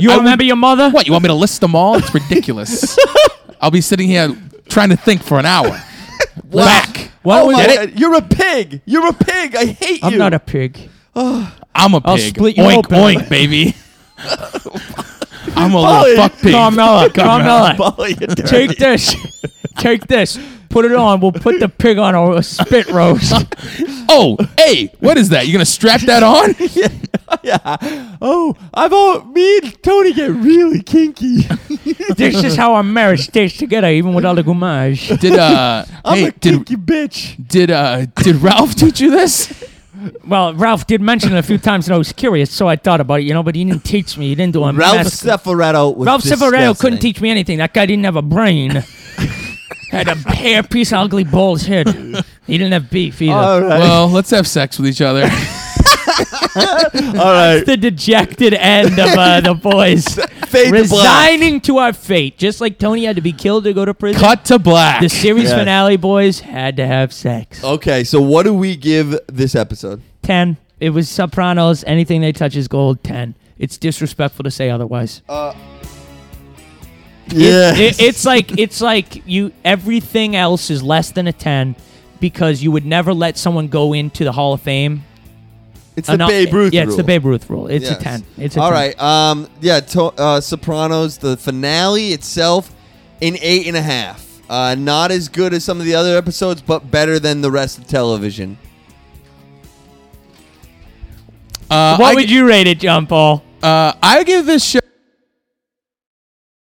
You remember your mother?
What, you want me to list them all? It's ridiculous. I'll be sitting here trying to think for an hour. Back.
What
oh
was
my
it?
God. You're a pig. You're a pig. I hate
I'm
you.
not a pig.
I'm a pig.
I'll split you
oink,
open.
oink, baby. I'm a
Polly.
little fuck pig.
Carmela, Carmela,
Paulie, you're dirty.
take this, take this, put it on. We'll put the pig on a spit roast.
Oh, hey, what is that? You gonna strap that on?
yeah. Oh, I've all me and Tony get really kinky.
this is how our marriage stays together, even without the gommage.
Did uh,
I'm
hey,
a
did
kinky bitch.
did uh, did Ralph teach you this?
Well, Ralph did mention it a few times, and I was curious, so I thought about it, you know. But he didn't teach me. He didn't do a
Ralph
master-
Sefaretto was
Ralph Severio couldn't
disgusting.
teach me anything. That guy didn't have a brain. Had a hair piece, of ugly bald head. He didn't have beef either.
All right.
Well, let's have sex with each other.
All right.
the dejected end of uh, the boys
Fade to black.
resigning to our fate, just like Tony had to be killed to go to prison.
Cut to black.
The series
Yes.
finale boys had to have sex.
Okay, so what do we give this episode?
10. It was Sopranos. Anything they touch is gold. 10. It's disrespectful to say otherwise.
Yeah.
It- it's like it's like you everything else is less than a 10 because you would never let someone go into the Hall of Fame.
it's
Uh, no, Yeah, it's the
rule.
Babe Ruth rule. It's
Yes.
a 10. It's a
All
10.
right. Um, yeah, to- uh, Sopranos, the finale itself, an eight and a half. Uh, not as good as some of the other episodes, but better than the rest of television.
Uh,
What
I
would
gi-
you rate it, John Paul?
Uh, I give this show